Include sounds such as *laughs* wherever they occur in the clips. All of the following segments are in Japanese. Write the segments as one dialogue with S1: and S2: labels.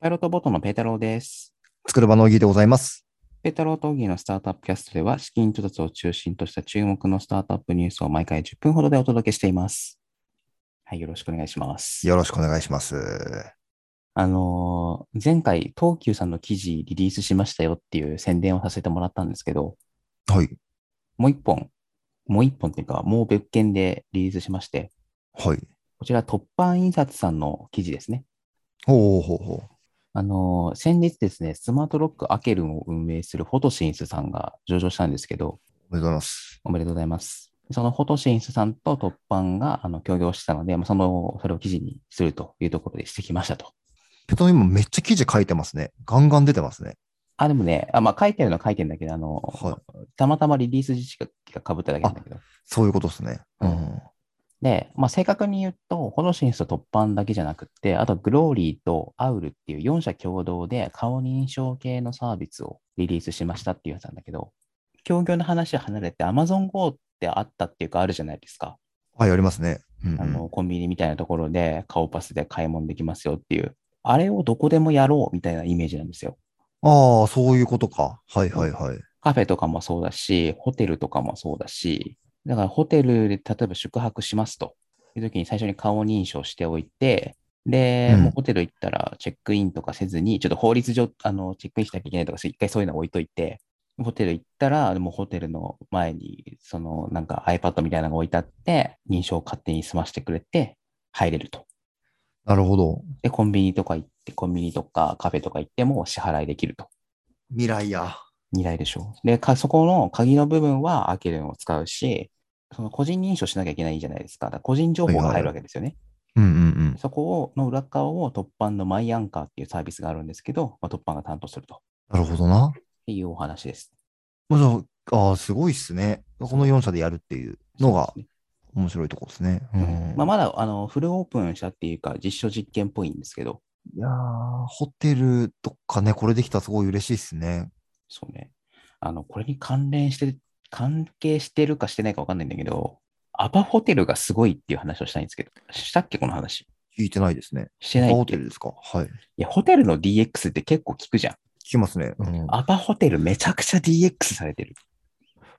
S1: パイロットボートのペータローです。
S2: 作る場のおぎでございます。
S1: ペータローとオギーのスタートアップキャストでは、資金調達を中心とした注目のスタートアップニュースを毎回10分ほどでお届けしています。はい、よろしくお願いします。
S2: よろしくお願いします。
S1: あのー前回、東急さんの記事リリースしましたよっていう宣伝をさせてもらったんですけど、
S2: はい。
S1: もう一本、もう一本っていうか、もう別件でリリースしまして、
S2: はい。
S1: こちら、突版印刷さんの記事ですね。
S2: ほうほうほ
S1: あのー先日ですね、スマートロックアケルンを運営するフォトシンスさんが上場したんですけど、
S2: う。おめでとうございます。
S1: おめでとうございます。そのフォトシンスさんと突版があの協業してたので、まあ、その、それを記事にするというところでしてきましたと。
S2: ペトロ今めっちゃ記事書いてますね。ガンガン出てますね。
S1: あ、でもね、あまあ、書いてあるのは書いてるんだけど、あの、
S2: はい。
S1: たまたまリリース時期がかぶっただけなんだけど。
S2: そういうことですね。うん。
S1: で、まあ、正確に言うと、フォトシンスと突版だけじゃなくって、あとグローリーとアウルっていう4社共同で顔認証系のサービスをリリースしましたっていうやつなんだけど、協業の話は離れて Amazon Go ってあったっていうかあるじゃないですか。
S2: はい、ありますね。うん、うん
S1: あの、コンビニみたいなところで顔パスで買い物できますよっていう、あれをどこでもやろうみたいなイメージなんですよ。
S2: ああ、そういうことか。はいはいはい。
S1: カフェとかもそうだし、ホテルとかもそうだし、だからホテルで例えば宿泊しますという時に最初に顔認証しておいて、で、
S2: うん
S1: もうホテル行ったらチェックインとかせずに、ちょっと法律上、あの、チェックインしなきゃいけないとか、一回そういうの置いといて、ホテル行ったら、もうホテルの前に、そのなんか iPad みたいなのが置いてあって、認証を勝手に済ませてくれて、入れると。
S2: なるほど。
S1: で、コンビニとか行って、コンビニとかカフェとか行っても支払いできると。
S2: 未来や。
S1: 2台でしょ。で、かそこの鍵の部分はアケルンを使うし、その個人認証しなきゃいけないじゃないですか。だから個人情報が入るわけですよね。
S2: うんうんうん。
S1: そこをの裏側を突版のマイアンカーっていうサービスがあるんですけど、まあ、突版が担当すると
S2: なるほどな。
S1: いうお話です。
S2: まあ、じゃあ、ああ、すごいっすね。この4社でやるっていうのが
S1: そうですね
S2: 面白いとこですね。う
S1: うん
S2: ん。
S1: まあ、まだあのフルオープンしたっていうか、実証実験っぽいんですけど、
S2: いやーホテルとかね、これできたらすごい嬉しいっすね。
S1: そうね。あの、これに関連して、関係してるかしてないかわかんないんだけど、アパホテルがすごいっていう話をしたいんですけど、したっけこの話。
S2: 聞いてないですね。
S1: してない
S2: アパホ
S1: っ
S2: テ
S1: け
S2: ルですかはい。
S1: いや、ホテルの DX って結構聞くじゃん。
S2: 聞きますね。うん、
S1: アパホテルめちゃくちゃ DX されてる。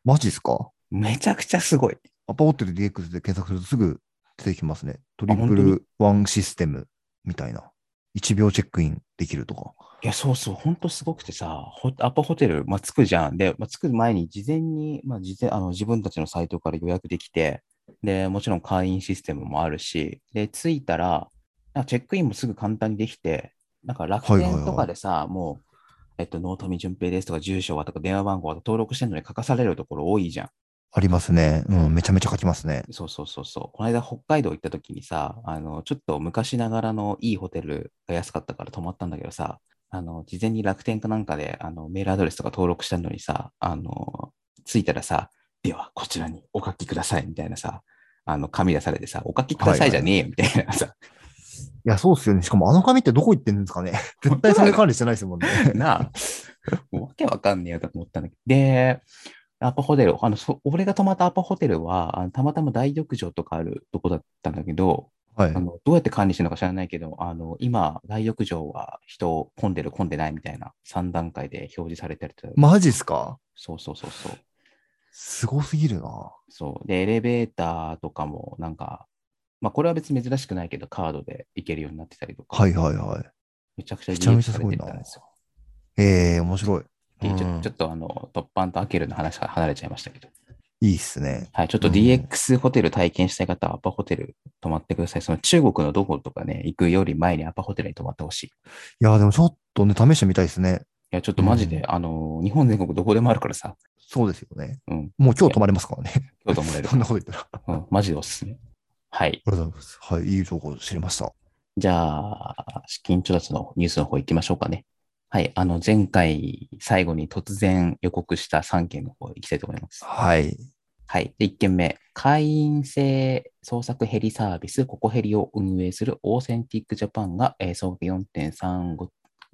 S2: マジですか
S1: めちゃくちゃすごい。
S2: アパホテル DX で検索するとすぐ出てきますね。トリ
S1: 本当
S2: プ
S1: に
S2: ルワンシステムみたいな。1秒チェックインできるとか。
S1: いや、そうそう、ほんとすごくてさ、ほアパホテル、まあ、着くじゃん。で、まあ、着く前に事前に、まあ、事前あの自分たちのサイトから予約できて、で、もちろん会員システムもあるし、で、着いたら、なんかチェックインもすぐ簡単にできて、なんか楽
S2: はいはいは
S1: 天
S2: い
S1: とかでさ、もう、えっと、納富淳平ですとか、住所はとか、電話番号はとか登録してるのに書かされるところ多いじゃん。
S2: ありますね。うん、めちゃめちゃ書きますね。
S1: そうそうそうそう。この間北海道行った時にさ、あの、ちょっと昔ながらのいいホテルが安かったから泊まったんだけどさ、あの、事前に楽天かなんかで、あの、メールアドレスとか登録したのにさ、あの、着いたらさ、ではこちらにお書きくださいみたいなさ、あの、紙出されてさ、お書きくださいじゃねえよみたいなさ、
S2: いや、そうっすよね。しかもあの紙ってどこ行ってんですかね。絶対それ管理してないですもんね。
S1: *laughs* なあ、 *laughs* もうわけわかんねえよと思ったんだけど。で、アパホテル、あの、そ俺が泊まったアパホテルは、あのたまたま大浴場とかあるとこだったんだけど、
S2: はい
S1: あ。のどうやって管理してるのか知らないけど、あの今、大浴場は人混んでる、混んでないみたいな3段階で表示されてると、
S2: マジっすか
S1: そうそうそうそう
S2: すごすぎるな。
S1: そう。で、エレベーターとかも、なんか、まあ、これは別に珍しくないけど、カードで行けるようになってたりとか、
S2: はいはいは
S1: めちゃくちゃ
S2: めちゃめ
S1: DX
S2: ち
S1: さ
S2: ゃす
S1: れ
S2: ご
S1: て
S2: いな
S1: たんですよ。
S2: い。ええー、面白い。
S1: でち
S2: う
S1: ょ
S2: ん
S1: ちょっとあの、突版とアケルの話から離れちゃいましたけど、
S2: いいっすね。
S1: はい、ちょっと
S2: うん
S1: DX ホテル体験したい方は、アパホテル泊まってください。その中国のどことかね、行くより前にアパホテルに泊まってほしい。
S2: いや、でもちょっとね、試してみたいですね。
S1: いや、ちょっとマジで、
S2: うん
S1: あの、日本全国どこでもあるからさ、
S2: そうですよね。
S1: うん、
S2: もう今日泊まれますからね。
S1: 今日泊まれる
S2: *laughs* そんなこと言ったら。あ
S1: うん、マジでおすすめ。はい。
S2: りがとうございます。はい、いい情報知りました。
S1: じゃあ、資金調達のニュースの方行きましょうかね。はい。あの、前回、最後に突然予告した3件の方行きたいと思います。
S2: はい。
S1: はい。で、1件目。会員制創作ヘリサービス、ココヘリを運営するオーセンティックジャパンが、えー総額4.35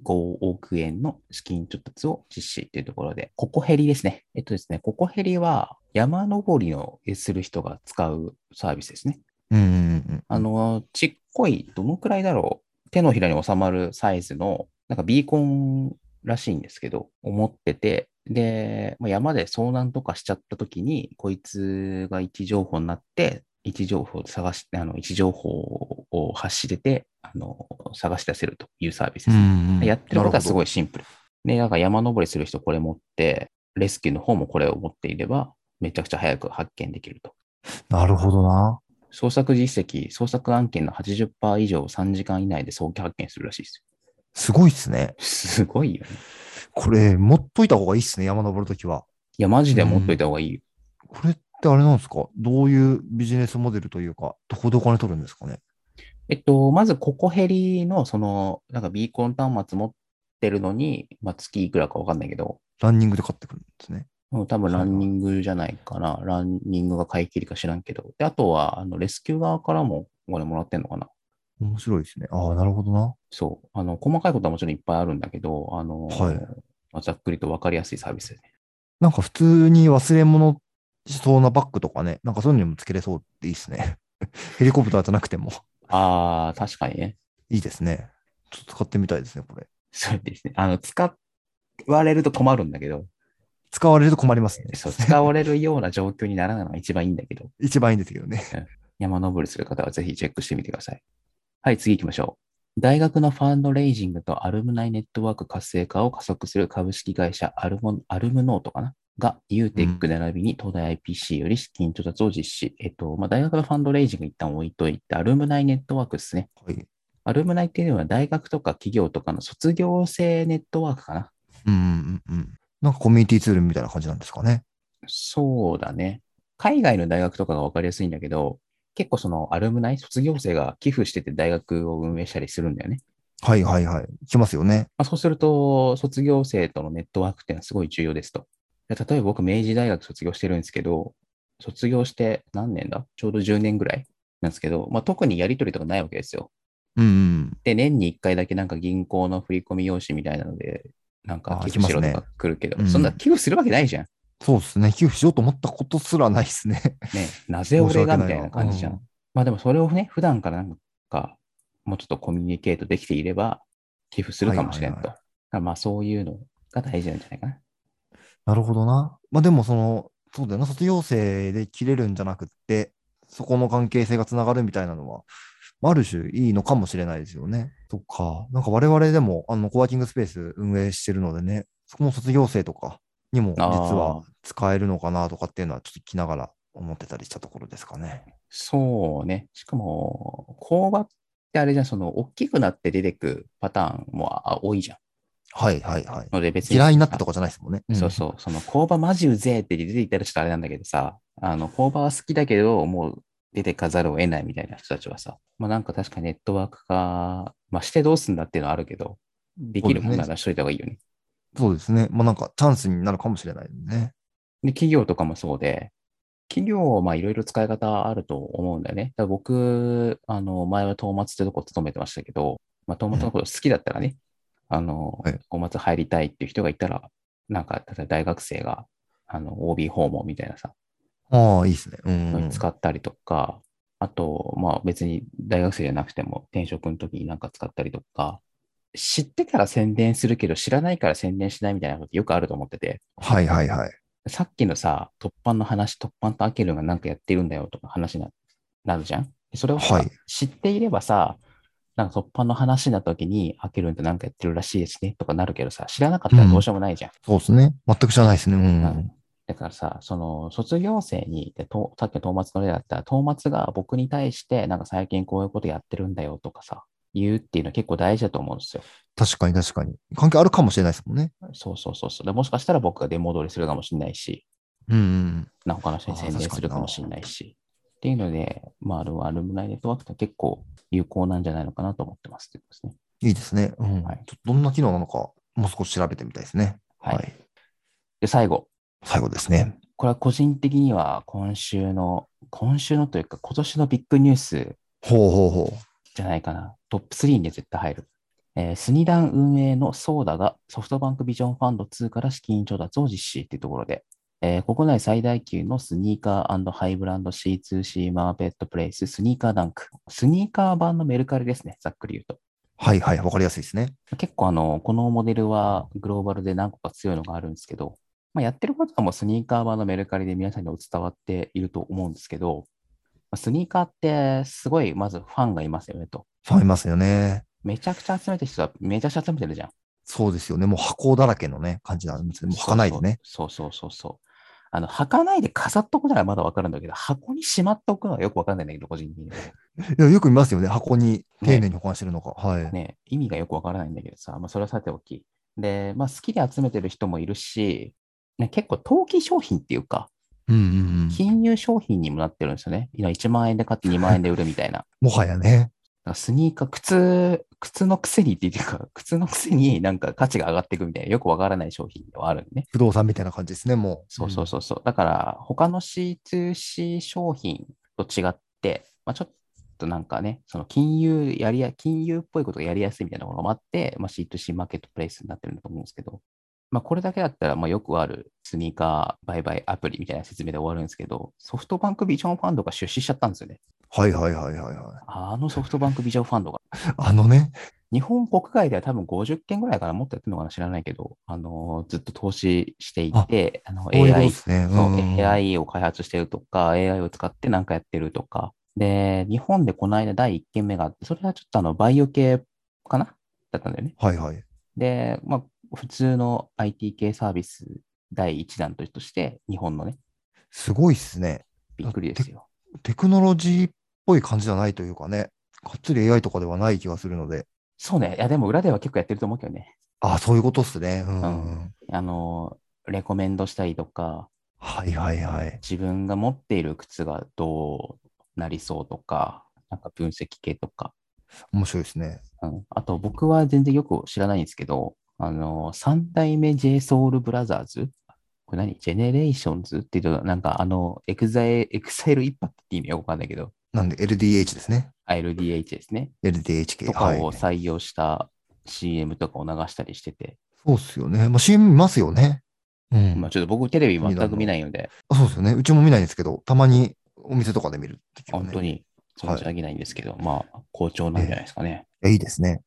S1: 5億円の資金調達を実施というところで、ココヘリですね。えっとですね、ココヘリは山登りをする人が使うサービスですね。
S2: うんうんうんうん。
S1: あの、ちっこい、どのくらいだろう。手のひらに収まるサイズのなんかビーコンらしいんですけど、思ってて、で、まあ山で遭難とかしちゃった時に、こいつが位置情報になって、位置情報を探して、あの位置情報を発してて、あの探し出せるというサービスですね。やってることはすご
S2: い。
S1: いシンプル。ね、なんか山登りする人これ持って、レスキューの方もこれを持っていれば、めちゃくちゃ早く発見できると。
S2: なるほどな。
S1: 捜索実績、捜索案件の80%以上を3時間以内で早期発見するらしいです
S2: すごいっすね。
S1: よ。すごいよね。
S2: これ、持っといた方がいいっすね、山登るときは。
S1: いや、マジで持っといた方がいいよ。
S2: これってあれなんですかどういうビジネスモデルというか、どこでお金取るんですかね
S1: えっと、まず、ココヘリの、その、なんかビーコン端末持ってるのに、まあ、月いくらかわかんないけど、
S2: ランニングで買ってくるんですね。
S1: うん多分
S2: そう
S1: ラ
S2: か
S1: ンニングじゃないかな。ランニングが買い切りか知らんけど。で、あとは、あのレスキュー側からもお金もらってんのかな。
S2: 面白いですね。ああ、なるほどな。
S1: そう。あの、細かいことはもちろんいっぱいあるんだけど、あの、
S2: はい
S1: まあざっくりと分かりやすいサービスですね。
S2: なんか普通に忘れ物しそうなバッグとかね、なんかそういうのにもつけれそうっていいですね。 *laughs* ヘリコプターじゃなくても
S1: ああ、確かにね。
S2: いいですね。ちょっと使ってみたいですね、これ。
S1: そうですね。あの、使われると困るんだけど、
S2: 使われると困りますね。
S1: そう、使われるような状況にならないのが一番いいんだけど、 *laughs*
S2: 一番いいんですけどね。
S1: 山登りする方はぜひチェックしてみてください。はい、次行きましょう。大学のファンドレイジングとアルムナイネットワーク活性化を加速する株式会社アルモアルムノートかなが、ユーテック並びに東大 IPC より資金調達を実施。えっと、まあ、大学のファンドレイジング一旦置いといて、アルムナイネットワークですね。
S2: はい。
S1: アルムナイっていうのは大学とか企業とかの卒業生ネットワークかな
S2: うんうんうん。なんかコミュニティツールみたいな感じなんですかね。
S1: そうだね。海外の大学とかが分かりやすいんだけど、結構そのアルムナイ、卒業生が寄付してて大学を運営したりするんだよね。
S2: はいはいはい。来ますよね。
S1: まあ、そうすると、卒業生とのネットワークっていうのはすごい重要ですと。で例えば僕、明治大学卒業してるんですけど、卒業して何年だちょうど10年ぐらいなんですけど、まあ、特にやり取りとかないわけですよ。
S2: うんうん。
S1: で、年に1回だけなんか銀行の振込用紙みたいなので、なんか
S2: あー
S1: 寄付しろと
S2: 来ま
S1: か来るけど、
S2: うん
S1: そんな寄付するわけないじゃん。
S2: そうですね。寄付しようと思ったことすらないですね。
S1: ね、なぜ俺がみ
S2: *laughs* 申した訳
S1: い
S2: わ
S1: な感じじゃん。。まあでもそれをね、普段からなんか、もうちょっとコミュニケートできていれば、寄付するかもしれんと。
S2: はい
S1: だ
S2: はいは
S1: か
S2: い
S1: らまあそういうのが大事なんじゃないかな。
S2: なるほどな。まあでもその、そうだよな、卒業生で切れるんじゃなくって、そこの関係性がつながるみたいなのは、まあある種いいのかもしれないですよね。そっか。なんか我々でも、あの、コワーキングスペース運営してるのでね、そこも卒業生とかにも実
S1: あー
S2: は使えるのかなとかっていうのは、ちょっと聞きながら思ってたりしたところですかね。
S1: そうね。しかも、工場ってあれじゃん、その、大きくなって出てくパターンもあ多いじゃん。
S2: はいはいはい。
S1: ので別に。
S2: 嫌いになったとかじゃないですもんね。
S1: そうそう、その工場マジうぜえって出ていたらちょっとあれなんだけどさ、あの工場は好きだけど、もう出てかざるを得ないみたいな人たちはさ、まあなんか確かにネットワーク化、まあしてどうすんだっていうのはあるけど、できるもんならしといた方がいいよね。
S2: うん。そうですね。まあなんかチャンスになるかもしれないね。
S1: で、企業とかもそうで、企業、まあいろいろ使い方あると思うんだよね。だから僕、あの、前はトーマツってとこ勤めてましたけど、まあトーマツのこと好きだったらね、あの、
S2: はい
S1: トーマツ入りたいっていう人がいたら、なんか、例えば大学生が、あの、OB 訪問みたいなさ、
S2: ああ、いいですね。うん、うん。
S1: 使ったりとか、あと、まあ別に大学生じゃなくても転職の時になんか使ったりとか、知ってから宣伝するけど知らないから宣伝しないみたいなことよくあると思ってて、
S2: はいはいはい。
S1: さっきのさ、突版の話、突版とアケルンがなんかやってるんだよとか話にななるじゃんそれをさ、
S2: はい
S1: 知っていればさ、なんか突版の話になった時に、アケルンってなんかやってるらしいですねとかなるけどさ、知らなかったらどうしようもないじゃん。
S2: そうですね。全く知らないですね。うん。
S1: うんだからさ、その卒業生に、でとさっきのトーマツの例だったら、トーマツが僕に対して、なんか最近こういうことやってるんだよとかさ、言うっていうのは結構大事だと思うんですよ。
S2: 確かに確かに。関係あるかもしれないですもんね。
S1: そうそうそうそう。でもしかしたら僕が出戻りするかもしれないし、
S2: うんうん。
S1: な他の人に宣伝するかもしれないし。っていうので、まあ、あのアルムナイネットワークって結構有効なんじゃないのかなと思ってますってことですね。
S2: いいですね。うん。
S1: はい
S2: ちょっとどんな機能なのか、もう少し調べてみたいですね。
S1: はいで、最後、
S2: 最後ですね。
S1: これは個人的には今週の、今週のというか、今年のビッグニュース
S2: ほうほうほ
S1: じゃないかな。トップ3に絶対入る。えースニダン運営のソーダがソフトバンクビジョンファンド2から資金調達を実施っていうところで、えー国内最大級のスニーカーハイブランド C2C マーケットプレイス、スニーカーダンク。スニーカー版のメルカリですね、ざっくり言うと。
S2: はいはい、わかりやすいですね。
S1: 結構あの、このモデルはグローバルで何個か強いのがあるんですけど、まあ、やってることはもうスニーカー版のメルカリで皆さんにお伝わっていると思うんですけど、まあスニーカーってすごいまずファンがいますよねと。
S2: ファンいますよね。
S1: めちゃくちゃ集めてる人はめちゃくちゃ集めてるじゃん。
S2: そうですよね。もう箱だらけのね、感じなんですね。もう履かないでね。
S1: そうそうそうそうそう。あの、履かないで飾っとくならまだわかるんだけど、箱にしまっておくのはよくわかんないんだけど、個人的には。
S2: *laughs* いやよく見ますよね。箱に丁寧に保管してるのか。はい。
S1: ね、意味がよくわからないんだけどさ、まあ、それはさておき。で、まあ、好きで集めてる人もいるし、ね、結構投機商品っていうか、
S2: うんうんうん。
S1: 金融商品にもなってるんですよね。今1万円で買って2万円で売るみたいな。だ
S2: *laughs*
S1: か
S2: もはやね。
S1: らスニーカー、靴、靴のくせにっていうか、靴のくせになんか価値が上がっていくみたいな、よくわからない商品ではあるんでね。
S2: 不動産みたいな感じですね、もう。
S1: そうそうそうそう。だから、他の C2C 商品と違って、まあ、ちょっとなんかね、その金融やりや、金融っぽいことがやりやすいみたいなものもあって、まあ、C2C マーケットプレイスになってるんだと思うんですけど、まあ、これだけだったら、まあ、よくあるスニーカー売買アプリみたいな説明で終わるんですけど、ソフトバンクビジョンファンドが出資しちゃったんですよね。
S2: うん。はいはいはいはいは
S1: あのソフトバンクビジョンファンドが。
S2: い。あのね。
S1: 日本国外では多分50件ぐらいからもっとやってるのかな知らないけど、あのずっと投資していて、あの
S2: こういうことで
S1: AI
S2: すね。
S1: そう
S2: うんうんうん。
S1: AI を開発してるとか、AI を使って何かやってるとか。で、日本でこの間第1件目があって、それはちょっとあのバイオ系かなだったんだよね。
S2: はいはい。
S1: で、まあ、普通の IT 系サービス第1弾として、日本のね、
S2: すごいっすね。
S1: びっくりですよ。
S2: テクノロジーっぽい感じじゃないというかね。がっつり AI とかではない気がするので。
S1: そうね。いや、でも裏では結構やってると思うけどね。
S2: ああ、そういうことっすね。うんうん。
S1: うあの、レコメンドしたりとか、
S2: はいはいはい。
S1: 自分が持っている靴がどうなりそうとか、なんか分析系とか。
S2: 面白いですね。
S1: うんあと僕は全然よく知らないんですけど、あの、三代目 JSOUL BROTHERS? これ何ジェネレーションズっていうと、なんかあの、エグザイエクサイル一派って意味はわかんないけど、
S2: なんで LDH ですね。
S1: LDH ですね。
S2: LDHK。
S1: とか
S2: はい。
S1: を採用した CM とかを流したりしてて、
S2: そうっすよね。まあ、CM 見ますよね。うん。
S1: まあちょっと僕テレビ全く見ないので、
S2: あそうですよね。うちも見ないんですけど、たまにお店とかで見る時はね
S1: 本当に存じ上げないんですけど、まあ、好調なんじゃないですかね。
S2: いやいいですね。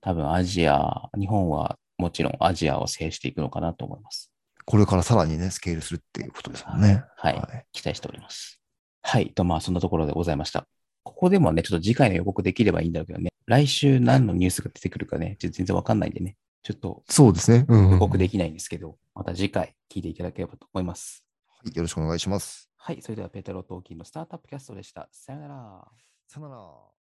S1: 多分アジア、日本はもちろんアジアを制していくのかなと思います。
S2: これからさらにね、スケールするっていうことですもんね。
S1: はい。
S2: はい。
S1: 期待しております。はい。と、まあ、そんなところでございました。ここでもね、ちょっと次回の予告できればいいんだろうけどね、来週何のニュースが出てくるかね、ちょっと全然わかんないんでね、ちょっと
S2: そうですね。うん、う
S1: 予
S2: ん。
S1: 告できないんですけど、また次回聞いていただければと思います。
S2: はいよろしくお願いします。
S1: はい。それでは、ペータロー・トーキンのスタートアップキャストでした。さよなら。
S2: さよなら。